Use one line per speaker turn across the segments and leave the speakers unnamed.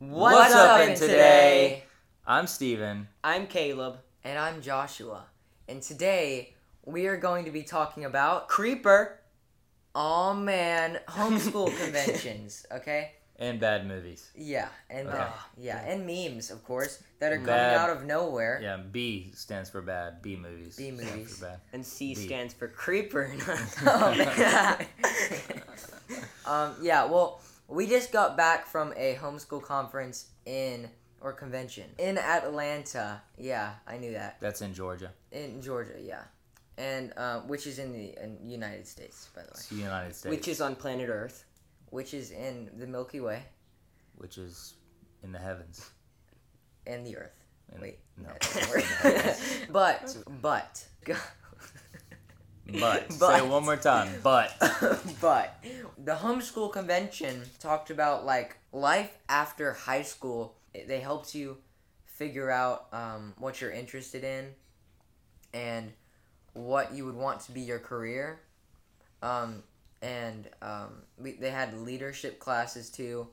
What's, up, in today?
I'm Steven.
I'm Caleb.
And I'm Joshua. And today we are going to be talking about
Creeper.
all man homeschool conventions, okay?
And bad movies.
Yeah, and
Okay.
uh, yeah, and memes, of course, that are coming
Bad.
out of nowhere.
Yeah, B stands for bad. B movies.
B
stands
movies.
For bad.
And C
B.
stands for Creeper.
Oh, man. um, yeah, well, we just got back from a homeschool conference in or convention in Atlanta. Yeah, I knew that.
That's in Georgia.
In Georgia, yeah. And uh, which is in the in United States, by the way.
It's the United States,
which is on planet Earth.
Which is in the Milky Way
which is in the heavens.
and the Earth.
In-
Wait.
no.
that doesn't work. but but
But, say
But.
it one more time. But
but the homeschool convention talked about like life after high school. It- They helped you figure out um, what you're interested in and what you would want to be your career. Um, and um, we, they had leadership classes too.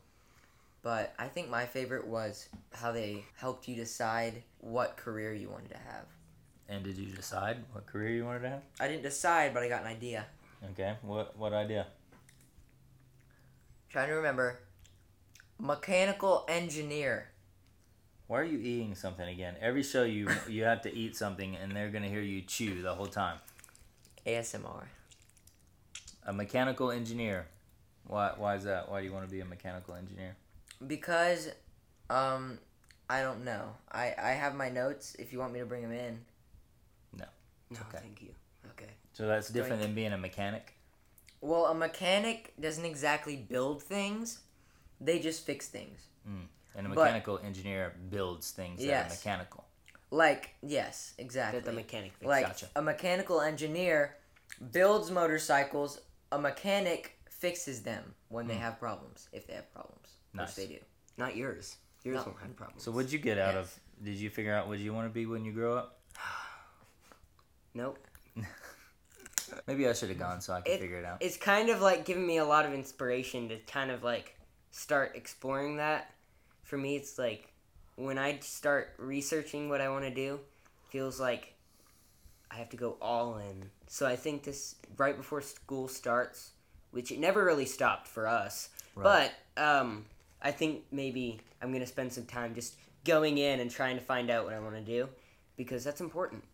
But I think my favorite was how they helped you decide what career you wanted to have.
and did you decide what career you wanted to have?
I didn't decide, but I got an idea.
Okay. What what idea?
Trying to remember. Mechanical engineer.
Why are you eating something again? Every show you you have to eat something, and they're gonna hear you chew the whole time.
ASMR.
A mechanical engineer. Why why is that? Why do you want to be a mechanical engineer?
Because, um, I don't know. I, I have my notes if you want me to bring them in.
No,
Okay.
thank you.
Okay.
So that's different than being a mechanic.
Well, a mechanic doesn't exactly build things, they just fix things.
And a
But-
mechanical engineer builds things that
Yes.
are mechanical.
Like, yes,
That the
exactly.
mechanic thinks.
Like,
Gotcha.
a mechanical engineer builds motorcycles, a mechanic fixes them when they have problems, if they have problems.
Hmm. Nice.
Which they do.
Not yours. Yours
No.
won't have problems.
So what'd you get out
Yes.
of? Did you figure out what you want to be when you grow up?
Nope.
Maybe I should have gone so I could
It-
figure it out.
It's kind of like giving me a lot of inspiration to kind of like start exploring that. For me, it's like when I start researching what I want to do, feels like I have to go all in. So I think this right before school starts, which it never really stopped for us,
Right.
but um, I think maybe I'm gonna spend some time just going in and trying to find out what I want to do because that's important.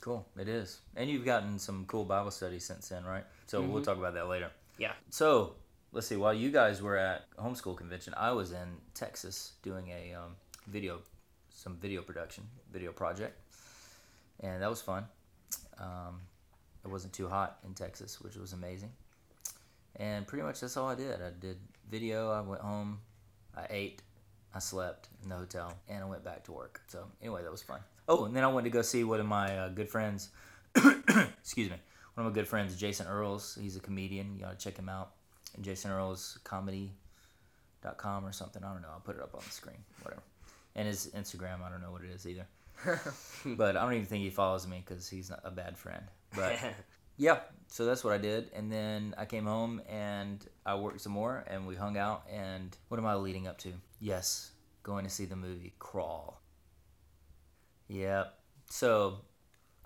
Cool, it is. And you've gotten some cool Bible studies since then, right? So we'll talk about that later.
Yeah.
So let's see. While you guys were at homeschool convention, I was in Texas doing a um, video, some video production, video project, and that was fun. Um, it wasn't too hot in Texas, which was amazing. And pretty much that's all I did. I did video. I went home. I ate. I slept in the hotel, and I went back to work. So anyway, that was fun. Oh, and then I went to go see one of my uh, good friends. excuse me. One of my good friends, Jason Earls. He's a comedian. You ought to check him out. And Jason Earls comedy. Dot com or something. I don't know. I'll put it up on the screen. Whatever. And his Instagram. I don't know what it is either. but I don't even think he follows me because he's not a bad friend. But yeah, so that's what I did, and then I came home and I worked some more, and we hung out. And what am I leading up to? Yes, going to see the movie Crawl. Yep. So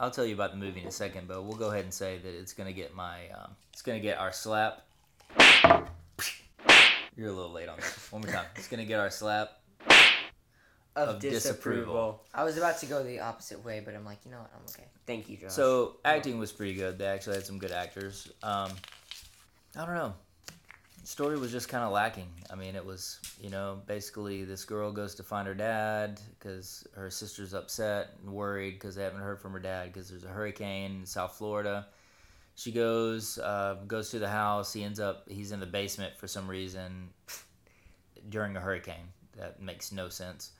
I'll tell you about the movie in a second, but we'll go ahead and say that it's gonna get my, um, it's gonna get our slap. You're a little late on that. One more time. It's gonna get our slap. Of disapproval.
I was about to go the opposite way, but I'm like, you know what? I'm okay.
Thank you, Josh.
So acting was pretty good. They actually had some good actors. Um, I don't know. Story was just kind of lacking. I mean, it was you know basically this girl goes to find her dad because her sister's upset and worried because they haven't heard from her dad because there's a hurricane in South Florida. She goes uh, goes to the house. He ends up he's in the basement for some reason during a hurricane. That makes no sense.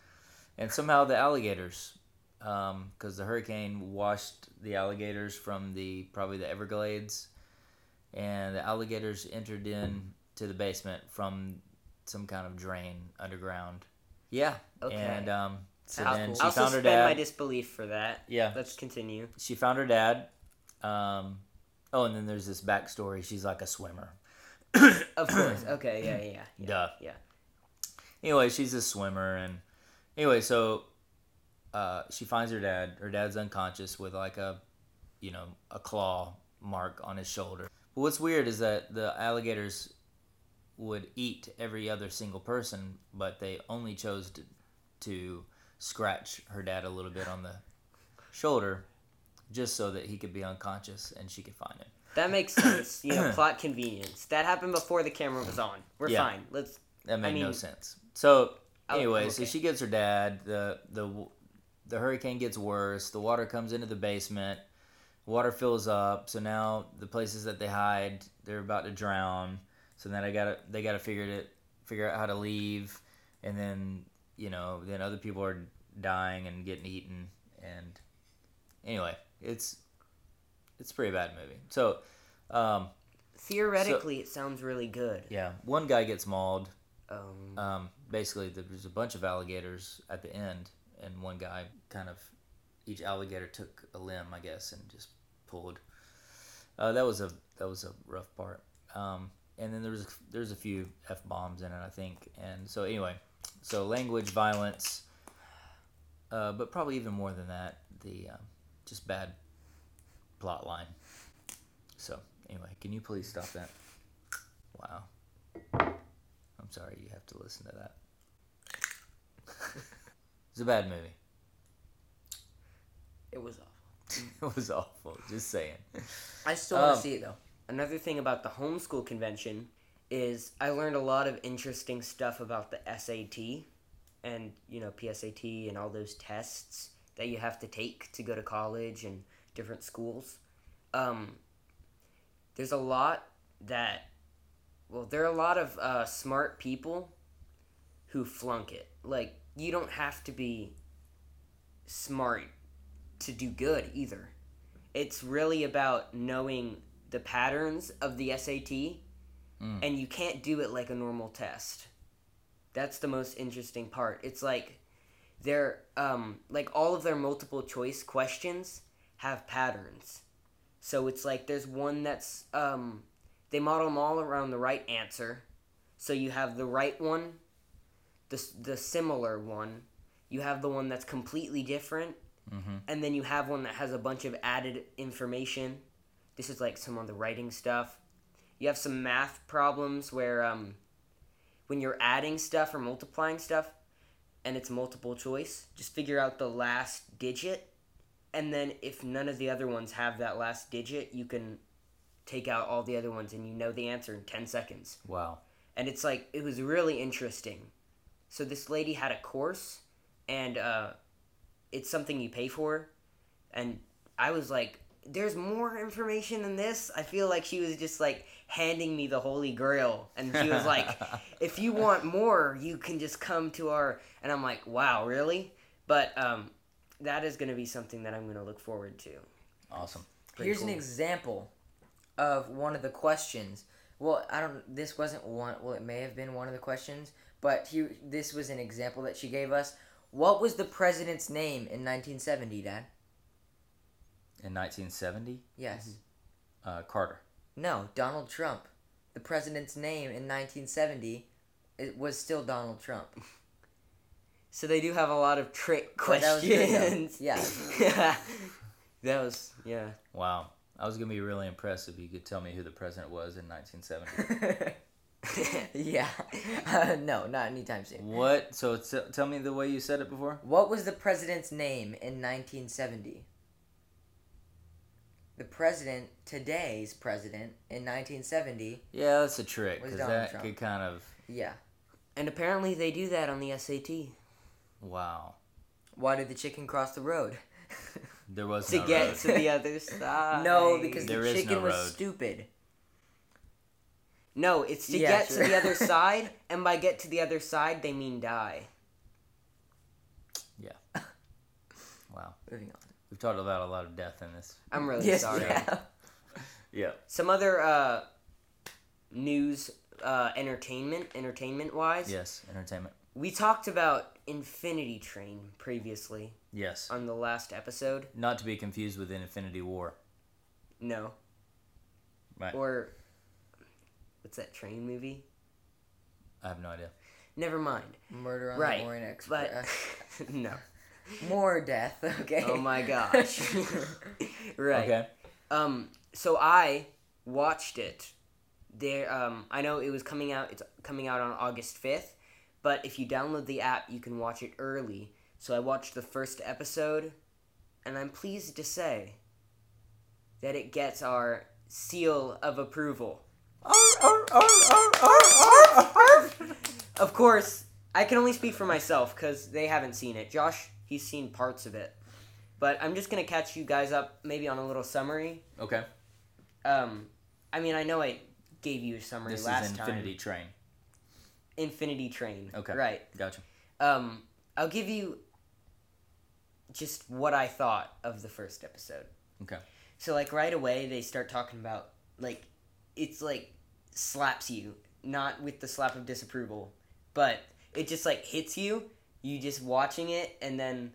And somehow the alligators because um, the hurricane washed the alligators from the probably the Everglades, and the alligators entered in to the basement from some kind of drain underground. Yeah.
Okay.
And um, so
Sounds
then
cool.
she
I also
found her
suspend
dad.
my disbelief for that.
yeah
Let's continue.
she found her dad. Um, oh, and then there's this backstory. She's like a swimmer.
Of course. Okay. Yeah. Yeah. yeah.
Duh.
yeah.
anyway, she's a swimmer, and anyway, so uh, she finds her dad. Her dad's unconscious with like a, you know, a claw mark on his shoulder. But what's weird is that the alligators would eat every other single person, but they only chose to, to scratch her dad a little bit on the shoulder, just so that he could be unconscious and she could find him.
That makes sense. You know, plot convenience. That happened before the camera was on. We're
Yeah.
fine. Let's.
That made no
mean-
sense. So
Oh,
anyway, so
okay.
she gets her dad. The the w- the hurricane gets worse. The water comes into the basement. Water fills up. So now the places that they hide, they're about to drown. So then I gotta they gotta figure it figure out how to leave, and then you know then other people are dying and getting eaten. And anyway, it's it's a pretty bad movie. So um,
Theoretically, it sounds really good.
yeah, one guy gets mauled.
Um,
Um, basically, there's a bunch of alligators at the end, and one guy kind of each alligator took a limb, I guess, and just pulled. Uh, that was a that was a rough part. Um, and then there was there's a few f bombs in it, I think. And so anyway, so language, violence, uh, but probably even more than that, the um just bad plot line. So anyway, can you please stop that? Wow. I'm sorry you have to listen to that. it's a bad movie.
It was awful.
It was awful. Just saying.
I still want
Um,
to see it though.
another thing about the homeschool convention is I learned a lot of interesting stuff about the SAT and, you know, PSAT and all those tests that you have to take to go to college and different schools. Um, there's a lot that, well, there are a lot of uh, smart people who flunk it. Like, you don't have to be smart to do good either. It's really about knowing the patterns of the SAT,
Mm.
and you can't do it like a normal test. That's the most interesting part. It's like their um, like all of their multiple choice questions have patterns, so it's like there's one that's um, they model them all around the right answer, so you have the right one, the s- the similar one, you have the one that's completely different,
Mhm.
and then you have one that has a bunch of added information. This is like some of the writing stuff. You have some math problems where um, when you're adding stuff or multiplying stuff, and it's multiple choice, just figure out the last digit, and then if none of the other ones have that last digit, you can take out all the other ones and you know the answer in 10 seconds
Wow.
and it's like it was really interesting. So this lady had a course, and uh, it's something you pay for, and I was like, "There's more information than this." I feel like she was just like handing me the holy grail, and she was like, "If you want more, you can just come to our." And I'm like, "Wow, really?" But um, that is going to be something that I'm going to look forward to.
Awesome.
Pretty
Here's an
cool.
example of one of the questions. Well, I don't. This wasn't one. Well, it may have been one of the questions, but he, this was an example that she gave us. What was the president's name in 1970, Dad?
In 1970,
Yes.
Mm-hmm.
uh, Carter.
No, Donald Trump. The president's name in 1970 it was still Donald Trump.
So they do have a lot of trick
But that was
questions.
good, though. Yeah.
yeah. That was yeah.
Wow. I was gonna be really impressed if you could tell me who the president was in 1970.
yeah. Uh, no, not anytime soon.
what? So t- tell me the way you said it before.
What was the president's name in 1970? The president, today's president, in 1970,
Yeah, that's a trick
Was
because
Donald
that
Trump.
could kind of
yeah.
And apparently they do that on the SAT.
wow.
Why did the chicken cross the road?
There was
to
no
get
road.
to the other side.
no, because
There
the
is
chicken
no
was
road.
stupid.
no, it's to
Yeah,
get
sure.
to the other side, and by get to the other side, they mean die.
wow.
Moving on.
We've talked about a lot of death in this.
I'm really
yes,
Oh, sorry.
yeah.
Yeah.
Some other uh, news, uh, entertainment, entertainment wise.
Yes. Entertainment.
We talked about Infinity Train previously
Yes.
on the last episode.
Not to be confused with Infinity War.
No.
Right.
Or what's that train movie?
I have no idea.
Never mind.
Murder on
Right,
the Orient
But
Express.
no.
More death. Okay.
Oh my gosh. right.
Okay.
Um, so I watched it. There, um, I know it was coming out. It's coming out on August fifth, but if you download the app, you can watch it early. So I watched the first episode, and I'm pleased to say that it gets our seal of approval. Of course, I can only speak for myself because they haven't seen it. Josh, he's seen parts of it, but I'm just gonna catch you guys up maybe on a little summary
Okay.
Um, I mean, I know I gave you a summary
This
last
is Infinity
time.
Train.
Infinity Train.
Okay.
Right.
Gotcha.
Um, I'll give you just what I thought of the first episode.
Okay.
So like right away they start talking about like it's like slaps you, not with the slap of disapproval, but it just like hits you. You just watching it and then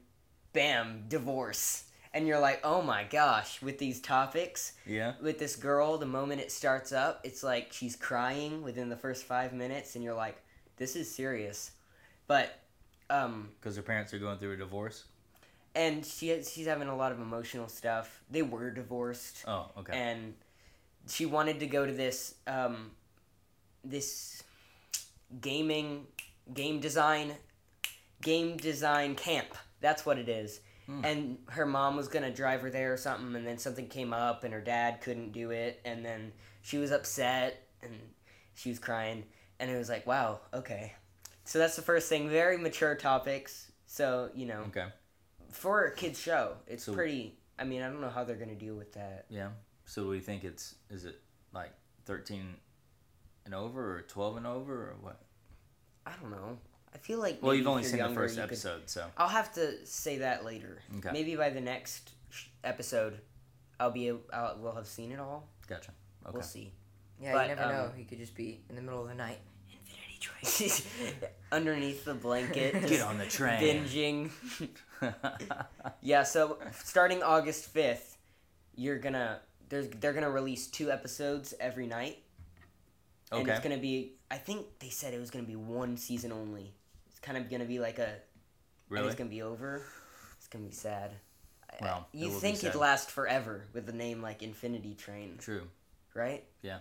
bam, divorce. And you're like, "Oh my gosh, with these topics."
Yeah.
with this girl the moment it starts up it's like she's crying within the first five minutes and you're like this is serious but um
Because her parents are going through a divorce.
and she she's having a lot of emotional stuff they were divorced
Oh, okay.
and she wanted to go to this um this gaming game design game design camp that's what it is
Hmm.
and her mom was gonna drive her there or something and then something came up and her dad couldn't do it and then she was upset and she was crying and it was like wow okay so that's the first thing very mature topics so you know
okay.
for a kids show it's
So-
pretty i mean i don't know how they're gonna deal with that
Yeah. So do we think it's is it like thirteen and over or twelve and over or what?
I don't know. I feel like
Well,
maybe
you've only
if
seen
you're
the
younger,
first
you could-
episode, so
I'll have to say that later.
Okay.
Maybe by the next sh- episode, I'll be a- I'll, we'll have seen it all.
gotcha. Okay.
We'll see.
yeah,
but,
you never
um,
know. He could just be in the middle of the night.
Underneath the blanket,
Get
just
on the train.
binging. yeah, so starting August fifth, you're gonna there's they're gonna release two episodes every night, and
okay.
it's gonna be I think they said it was gonna be one season only. It's kind of gonna be like a and
really?
it's gonna be over. It's gonna be sad. I-
Well, it
you
will be
think
sad.
it'd last forever with a name like Infinity Train,
True.
right?
Yeah.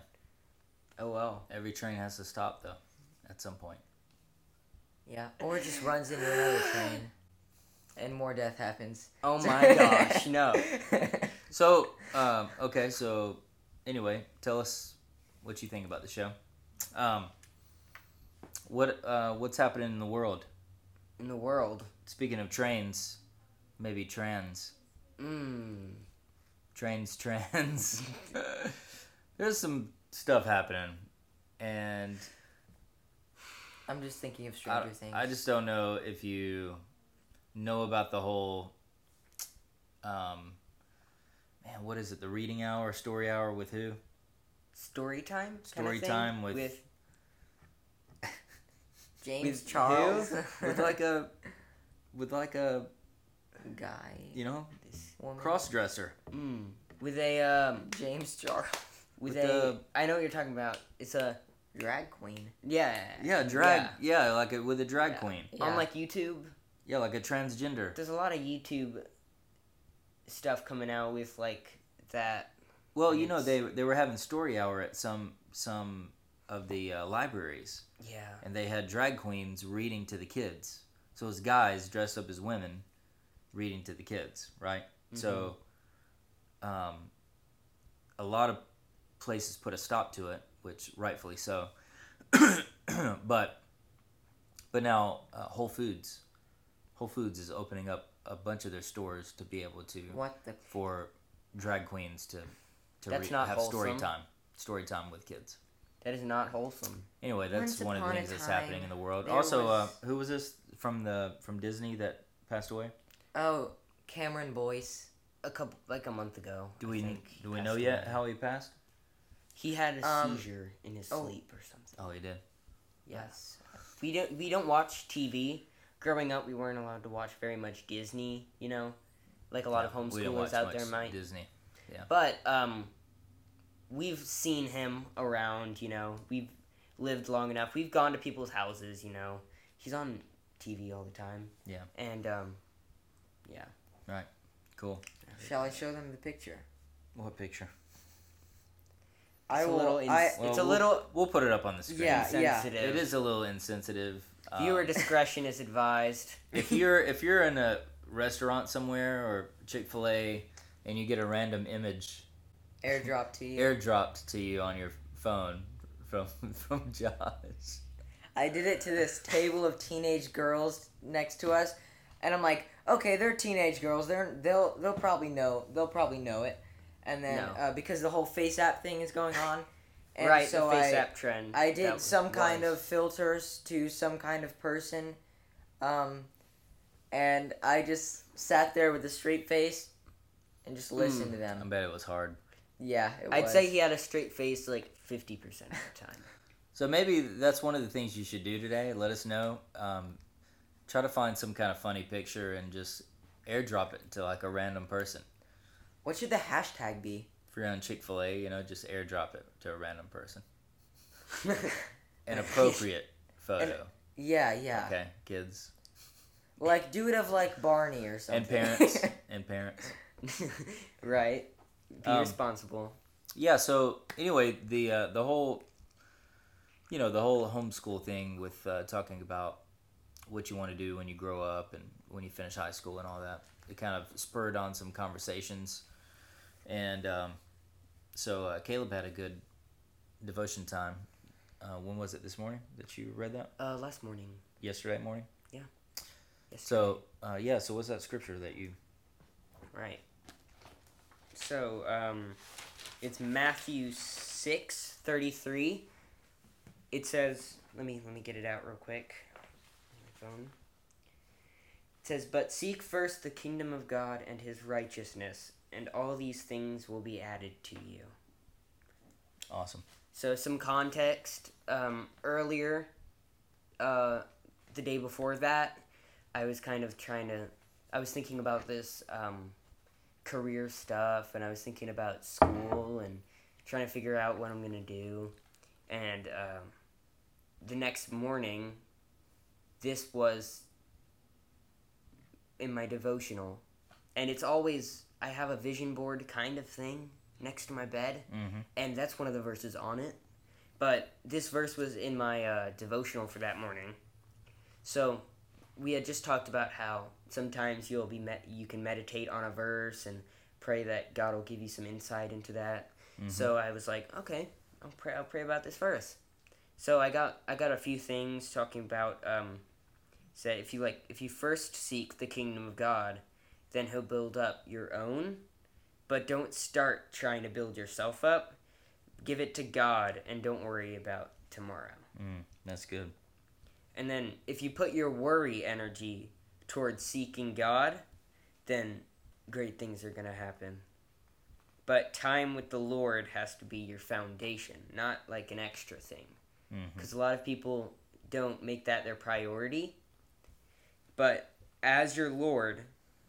Oh well.
Every train has to stop though, at some point.
Yeah, or it just runs into another train, and more death happens.
Oh my gosh, no.
So, um, okay, so anyway, tell us what you think about the show. Um, what uh, what's happening in the world?
In the world.
Speaking of trains, maybe trans,
Mmm.
trains, trans. There's some stuff happening, and
I'm just thinking of
I,
Stranger Things.
I just don't know if you know about the whole, um, man, what is it? The reading hour, story hour with who?
Story time?
Story time with-
with
James
with who?
Charles
With like a, with like a,
guy
you know,
woman.
cross dresser.
mm, with a um
James Charles
with,
With
a
the-
I know what you're talking about. It's a
drag queen.
yeah.
Yeah, drag. Yeah, like a, with a drag
Yeah.
queen.
On
Yeah.
like YouTube.
Yeah, like a transgender.
There's a lot of YouTube stuff coming out with like that.
Well, you know
It's-
they they were having story hour at some some of the uh, libraries,
Yeah.
and they had drag queens reading to the kids. So it's guys dressed up as women reading to the kids, right? So,
Mm-hmm.
um, a lot of places put a stop to it, which rightfully so. but but now uh, Whole Foods, Whole Foods is opening up a bunch of their stores to be able to
What the?
for drag queens to to
That's not
have story
wholesome.
time, story time with kids.
That is not wholesome.
Anyway,
Once
that's one of the
upon a
things that's
time,
happening in the world.
there
Also,
was-
uh, who was this from the from Disney that passed away?
Oh, Cameron Boyce.
a couple like a month ago.
Do
I
we
think,
do we
passed
know yet
away.
how he passed?
He had a
Um,
seizure in his
oh.
sleep or something.
Oh, he did.
Yes. We don't we don't watch TV. Growing up, we weren't allowed to watch very much Disney. You know, like a lot of
We don't watch
homeschoolers out
much
there might.
Disney.
But um, we've seen him around. You know, we've lived long enough. We've gone to people's houses. You know, he's on TV all the time.
Yeah.
And um,
Cool.
Shall I show them the picture?
What picture?
I
it's a
will.
little
I,
ins- it's
Well,
a little
We'll put it up on the
Uh,
screen.
Yeah, yeah.
insensitive.
It is a little insensitive. Um,
Viewer discretion is advised.
if you're if you're in a restaurant somewhere or Chick Fil A, and you get a random image
airdrop to you.
airdropped to you on your phone from from Josh.
I did it to this table of teenage girls next to us, and I'm like, okay, they're teenage girls. They're they'll they'll probably know they'll probably know it, and then
No.
uh, because the whole face app thing is going on, and
right,
so
the face
I
app trend.
I
that
did
was-
some kind
was.
of filters to some kind of person, um, and I just sat there with a straight face, and just listened to
I
them.
bet it was hard.
Yeah, it
I'd
was.
say he had a straight face like fifty percent of the time.
So maybe that's one of the things you should do today. Let us know. Um, try to find some kind of funny picture and just airdrop it to like a random person.
what should the hashtag be?
If you're on Chick Fil A, you know, just airdrop it to a random person. An appropriate photo.
Yeah, yeah.
Okay, kids
Like do it of like Barney or something.
and parents and parents.
right. Be
Um,
responsible.
yeah so anyway the uh, the whole you know the whole homeschool thing with uh, talking about what you want to do when you grow up and when you finish high school and all that it kind of spurred on some conversations and um, so uh, caleb had a good devotion time uh, when was it this morning that you read that
Uh, last morning.
yesterday morning
Yes.
so uh, yeah so what's that scripture that you
Right. So, um, it's Matthew six thirty three. It says, "Let me let me get it out real quick." My phone. It says, "But seek first the kingdom of God and His righteousness, and all these things will be added to you."
awesome
So, some context. Um, earlier, uh, the day before that, I was kind of trying to. I was thinking about this um, career stuff, and I was thinking about school and trying to figure out what I'm gonna do. And um, the next morning, this was in my devotional, and it's always I have a vision board kind of thing next to my bed
mm-hmm.
and that's one of the verses on it. But this verse was in my uh, devotional for that morning. So we had just talked about how sometimes you'll be met, you can meditate on a verse and pray that God will give you some insight into that.
mm-hmm.
So I was like, okay, I'll pray. I'll pray about this verse. So I got I got a few things talking about. Um, said if you like if you first seek the kingdom of God, then He'll build up your own. But don't start trying to build yourself up. Give it to God and don't worry about tomorrow.
mm, that's good
And then if you put your worry energy towards seeking God, then great things are going to happen. But time with the Lord has to be your foundation, not like an extra thing.
mm-hmm.
Because a lot of people don't make that their priority. But as your Lord,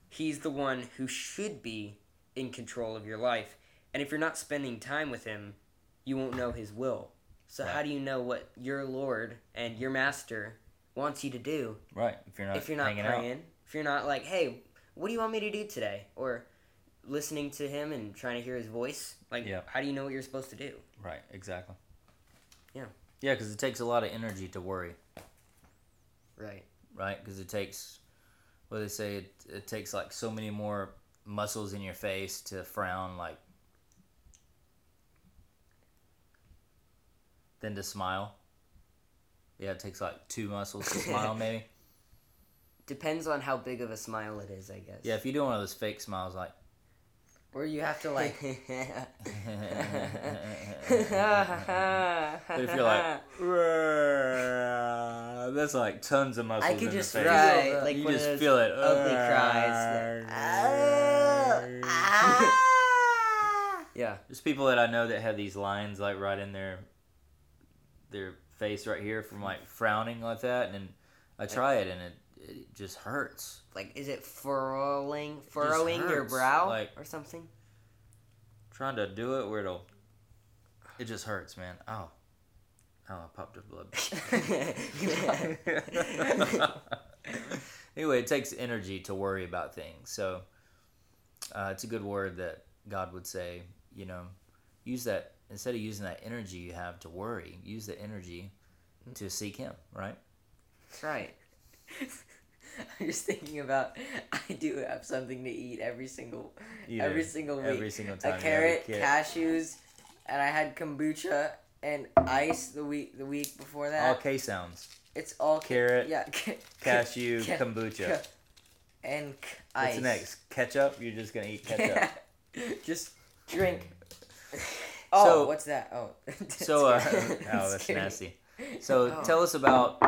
He's the one who should be in control of your life. And if you're not spending time with Him, you won't know His will. So, how
Right.
do you know what your Lord and your Master wants you to do
right if you're not
if you're not
hanging out
praying? If you're not like, hey, what do you want me to do today? Or listening to Him and trying to hear His voice? Like,
Yeah.
how do you know what you're supposed to do?
Right, exactly.
Yeah.
Yeah, because it takes a lot of energy to worry,
Right.
right? Because it takes, what do they say, it, it takes like so many more muscles in your face to frown, like, than to smile. Yeah, it takes like two muscles to smile, maybe.
Depends on how big of a smile it is, I guess.
Yeah, if you do one of those fake smiles, like,
Where you have to like
but if you're like, that's like tons of muscles.
I could
in the
just
face.
Right,
feel
like
you
one
just
of those
feel it.
ugly cries ah."
Oh, ah.
Yeah,
There's people that I know that have these lines like right in their their face right here from like frowning like that, and I try it and it, it just hurts.
like is it furrowing, furrowing your
hurts,
brow
like-
or something?
trying to do it where it'll it just hurts, man. Oh, Oh, I popped a blood.
yeah.
anyway, it takes energy to worry about things. So uh, it's a good word that God would say, you know, use that, instead of using that energy you have to worry, use the energy to seek Him, right?
That's right.
I'm just thinking about I do have something to eat every single
You
every
do.
single week.
Every single time. you
a
have
carrot,
kid.
cashews, and I had kombucha and ice the week the week before that.
All K sounds.
It's all
Carrot,
yeah, ca-
cashew,
ca-
kombucha.
ca- and c- ice.
What's next? Ketchup? You're just going to eat ketchup.
just drink. Oh,
So-
what's that? Oh,
so, uh,
that's
oh, that's
scary.
nasty. So
Oh.
tell us about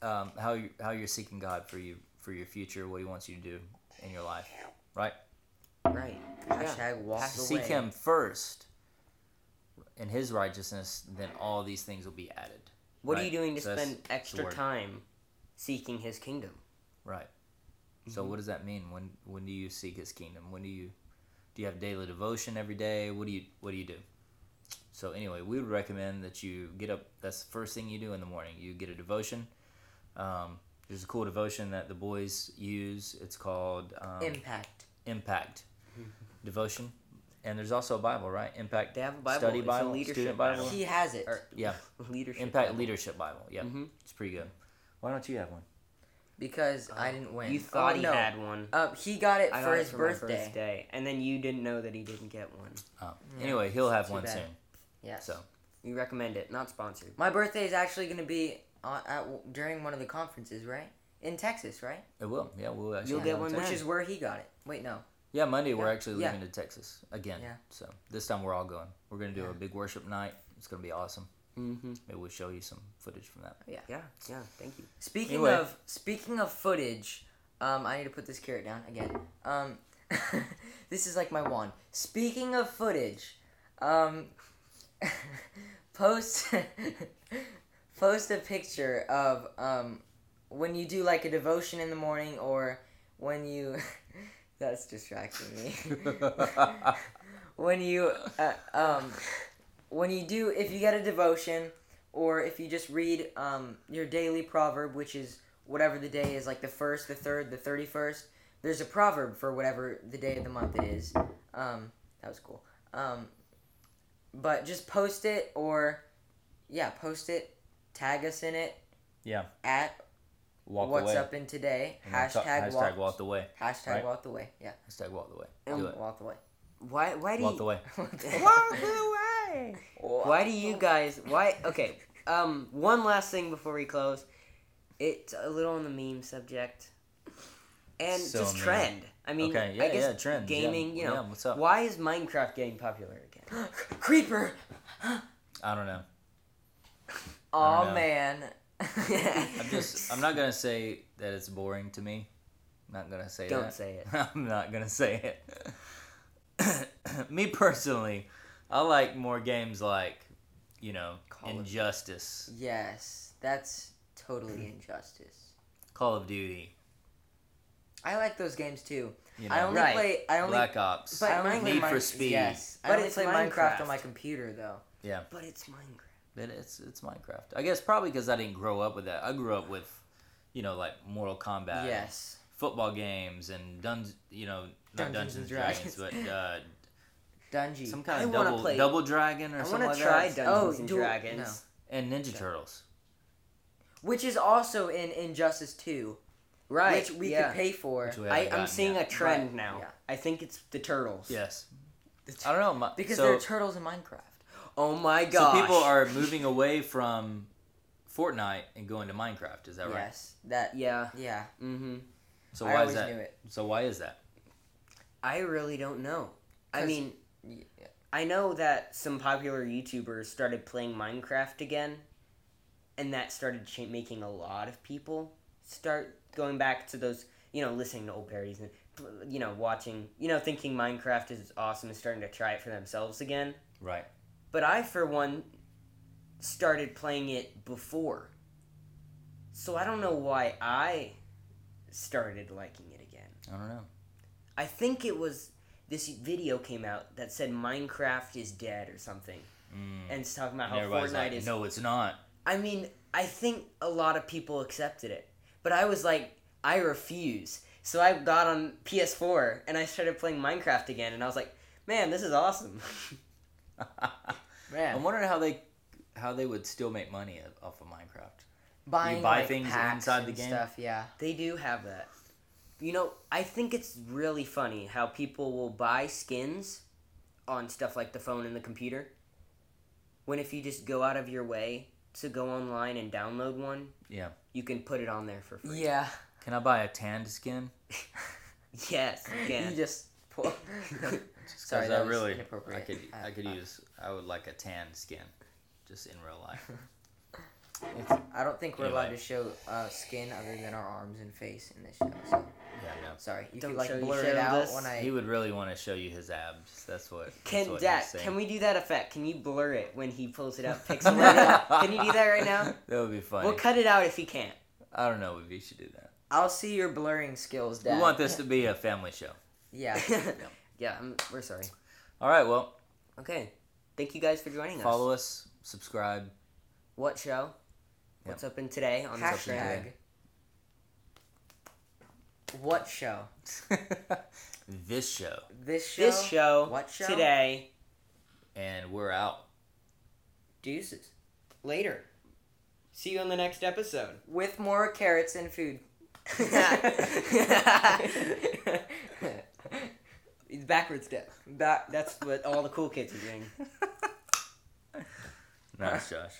um, how you how you're seeking God for you for your future, what He wants you to do in your life.
Right. Yeah.
Hashtag walk the
Seek
way.
Him first in His righteousness, then all these things will be added.
What are
Right.
you doing to
So that's
spend extra
word.
time seeking his kingdom?
Right. So
Mm-hmm.
what does that mean? When when do you seek His kingdom? When do you do you have daily devotion every day? What do you what do you do? So anyway, we would recommend that you get up. That's the first thing you do in the morning. You get a devotion. Um, there's a cool devotion that the boys use. It's called um,
Impact.
Impact
Mm-hmm.
Devotion, and there's also a Bible, right? Impact
They have a Bible.
Study
it's
Bible,
a leadership
student
Bible.
He has it
Or-
Yeah.
Leadership.
Impact
Bible.
Leadership Bible. Yeah,
Mhm.
it's pretty good. Why don't you have one?
because I didn't win.
You thought
Oh,
he
no.
had one.
Uh, he got it
I
for
got it
his
for my
birthday.
birthday, and then you didn't know that he didn't get one.
Um,
Yeah,
anyway, he'll have
too
one
bad.
soon.
Yes.
So.
We recommend it. Not sponsored.
My birthday is actually going to be on, at, during one of the conferences, right? In Texas, right?
It will. Yeah, we'll actually.
You'll
have
get
it on
one
Texas.
Which
then.
is where he got it. Wait, no.
Yeah, Monday we're
Yeah.
actually
Yeah.
leaving to Texas again.
Yeah.
So this time we're all going. We're gonna do
Yeah.
a big worship night. It's gonna be awesome.
Mm-hmm.
Maybe we'll show you some footage from that.
Yeah. Yeah. Thank you.
Speaking
Anyway.
of speaking of footage, um, I need to put this carrot down again. Um, this is like my wand. Speaking of footage, um, post post a picture of um, when you do like a devotion in the morning or when you. that's distracting me. when you uh, um when you do if you get a devotion or if you just read um your daily proverb which is whatever the day is like the first the third the 31st there's a proverb for whatever the day of the month it is um that was cool um but just post it or yeah post it tag us in it
Yeah.
at
Walk
what's
away.
up in today
And then
hashtag,
ta- hashtag
walk,
walk the way.
hashtag
right?
walk the way yeah
Hashtag walk the way.
Um,
do it.
walk the way
Why? Why do
Walk
you?
the way.
Walk
way
Why do you guys? Why? Okay. Um. One last thing before we close. It's a little on the meme subject, and
So
just
meme.
trend. I mean,
okay. Yeah.
I guess
yeah. Trends. yeah,
gaming. You know,
Yeah. What's up?
why is Minecraft getting popular again?
Creeper.
I don't know.
Oh
know.
man.
I'm just. I'm not gonna say that it's boring to me. I'm not gonna say
Don't
that.
say it.
I'm not gonna say it. Me personally, I like more games like, you know,
Call of-
Injustice,
Yes, that's totally
Hmm.
injustice.
Call of Duty,
I like those games too.
you know,
I only
Right.
play. I only.
Black Ops.
But
But
I only play
Need
Mine-
for Speed.
Yes, I
But
only
it's
play Minecraft. on
Minecraft.
my computer though.
But it's Minecraft.
It- it's it's Minecraft. I guess probably because I didn't grow up with that. I grew up with, you know, like Mortal Kombat,
Yes.
football games, and Dungeons, you know, not
Dungeons and
Dungeons, and Dragons, but uh,
Dungy.
some kind
I
of
wanna
double
play-
double dragon or
I
something
want
like
to try
that.
Dungeons
Oh,
and
dual-
Dragons.
and Ninja Turtles.
Which is also in Injustice Two,
Right.
which we
yeah.
could pay for.
Which we
I,
haven't
I'm
gotten
seeing
yet.
a trend
But,
now.
yeah.
I think it's the turtles.
Yes.
The
I don't know. My,
Because
so,
there are turtles in Minecraft.
Oh my
so
gosh.
people are moving away from Fortnite and going to Minecraft. Is that right?
Yes. That.
Yeah.
Yeah.
Mm-hmm.
So
I
why is
always
that?
knew it.
So why is that?
I really don't know. I
'Cause-
mean,
Yeah.
I know that some popular YouTubers started playing Minecraft again, and that started cha- making a lot of people start going back to those, you know, listening to old parodies and, you know, watching, you know, thinking Minecraft is awesome and starting to try it for themselves again.
Right.
But I, for one, started playing it before. So I don't know why I started liking it again.
I don't know.
I think it was this video came out that said Minecraft is dead or something.
Mm.
and it's talking about how
And everybody's
Fortnite
like,
is.
no, it's not.
I mean, I think a lot of people accepted it, but I was like, I refuse. So I got on PS4 and I started playing Minecraft again, and I was like, man, this is awesome.
Yeah.
I'm wondering how they how they would still make money off of Minecraft.
Buying
buy
like,
things
packs
inside the
and
game?
Stuff. Yeah.
They do have that. You know, I think it's really funny how people will buy skins on stuff like the phone and the computer. When if you just go out of your way to go online and download one,
Yeah.
you can put it on there for free.
Yeah.
Can I buy a tanned skin?
Yes, you
You
can.
just pull.
Just 'cause
Sorry,
I
that was
really,
inappropriate.
I could,
I-
I could
I-
use, I would like a tanned skin, just in real life.
I don't think we're allowed
Anyway.
to show uh, skin other than our arms and face in this show. So
Yeah, no.
sorry, you
Don't
could
show
like
you
blur
showed
it out
us.
when I.
He would really want to show you his abs. That's what. that's
Can
what he was
that?
saying.
Can we do that effect? Can you blur it when he pulls it up, pixelate it? up? Can you do that right now?
That would be funny.
We'll cut it out if he can't.
I don't know if we should do that.
I'll see your blurring skills, Dad.
We want this to be a family show.
Yeah.
yeah, I'm, we're sorry.
All right. Well,
Okay, thank you guys for joining us.
follow us, subscribe.
What show? What's up in today on Instagram?
Hashtag. What show?
this show,
This show.
This show,
What show?
today?
and we're out.
Deuces.
Later. See you on the next episode.
With more carrots and food.
It's backward step. That that's what all the cool kids are doing.
Nice, Josh.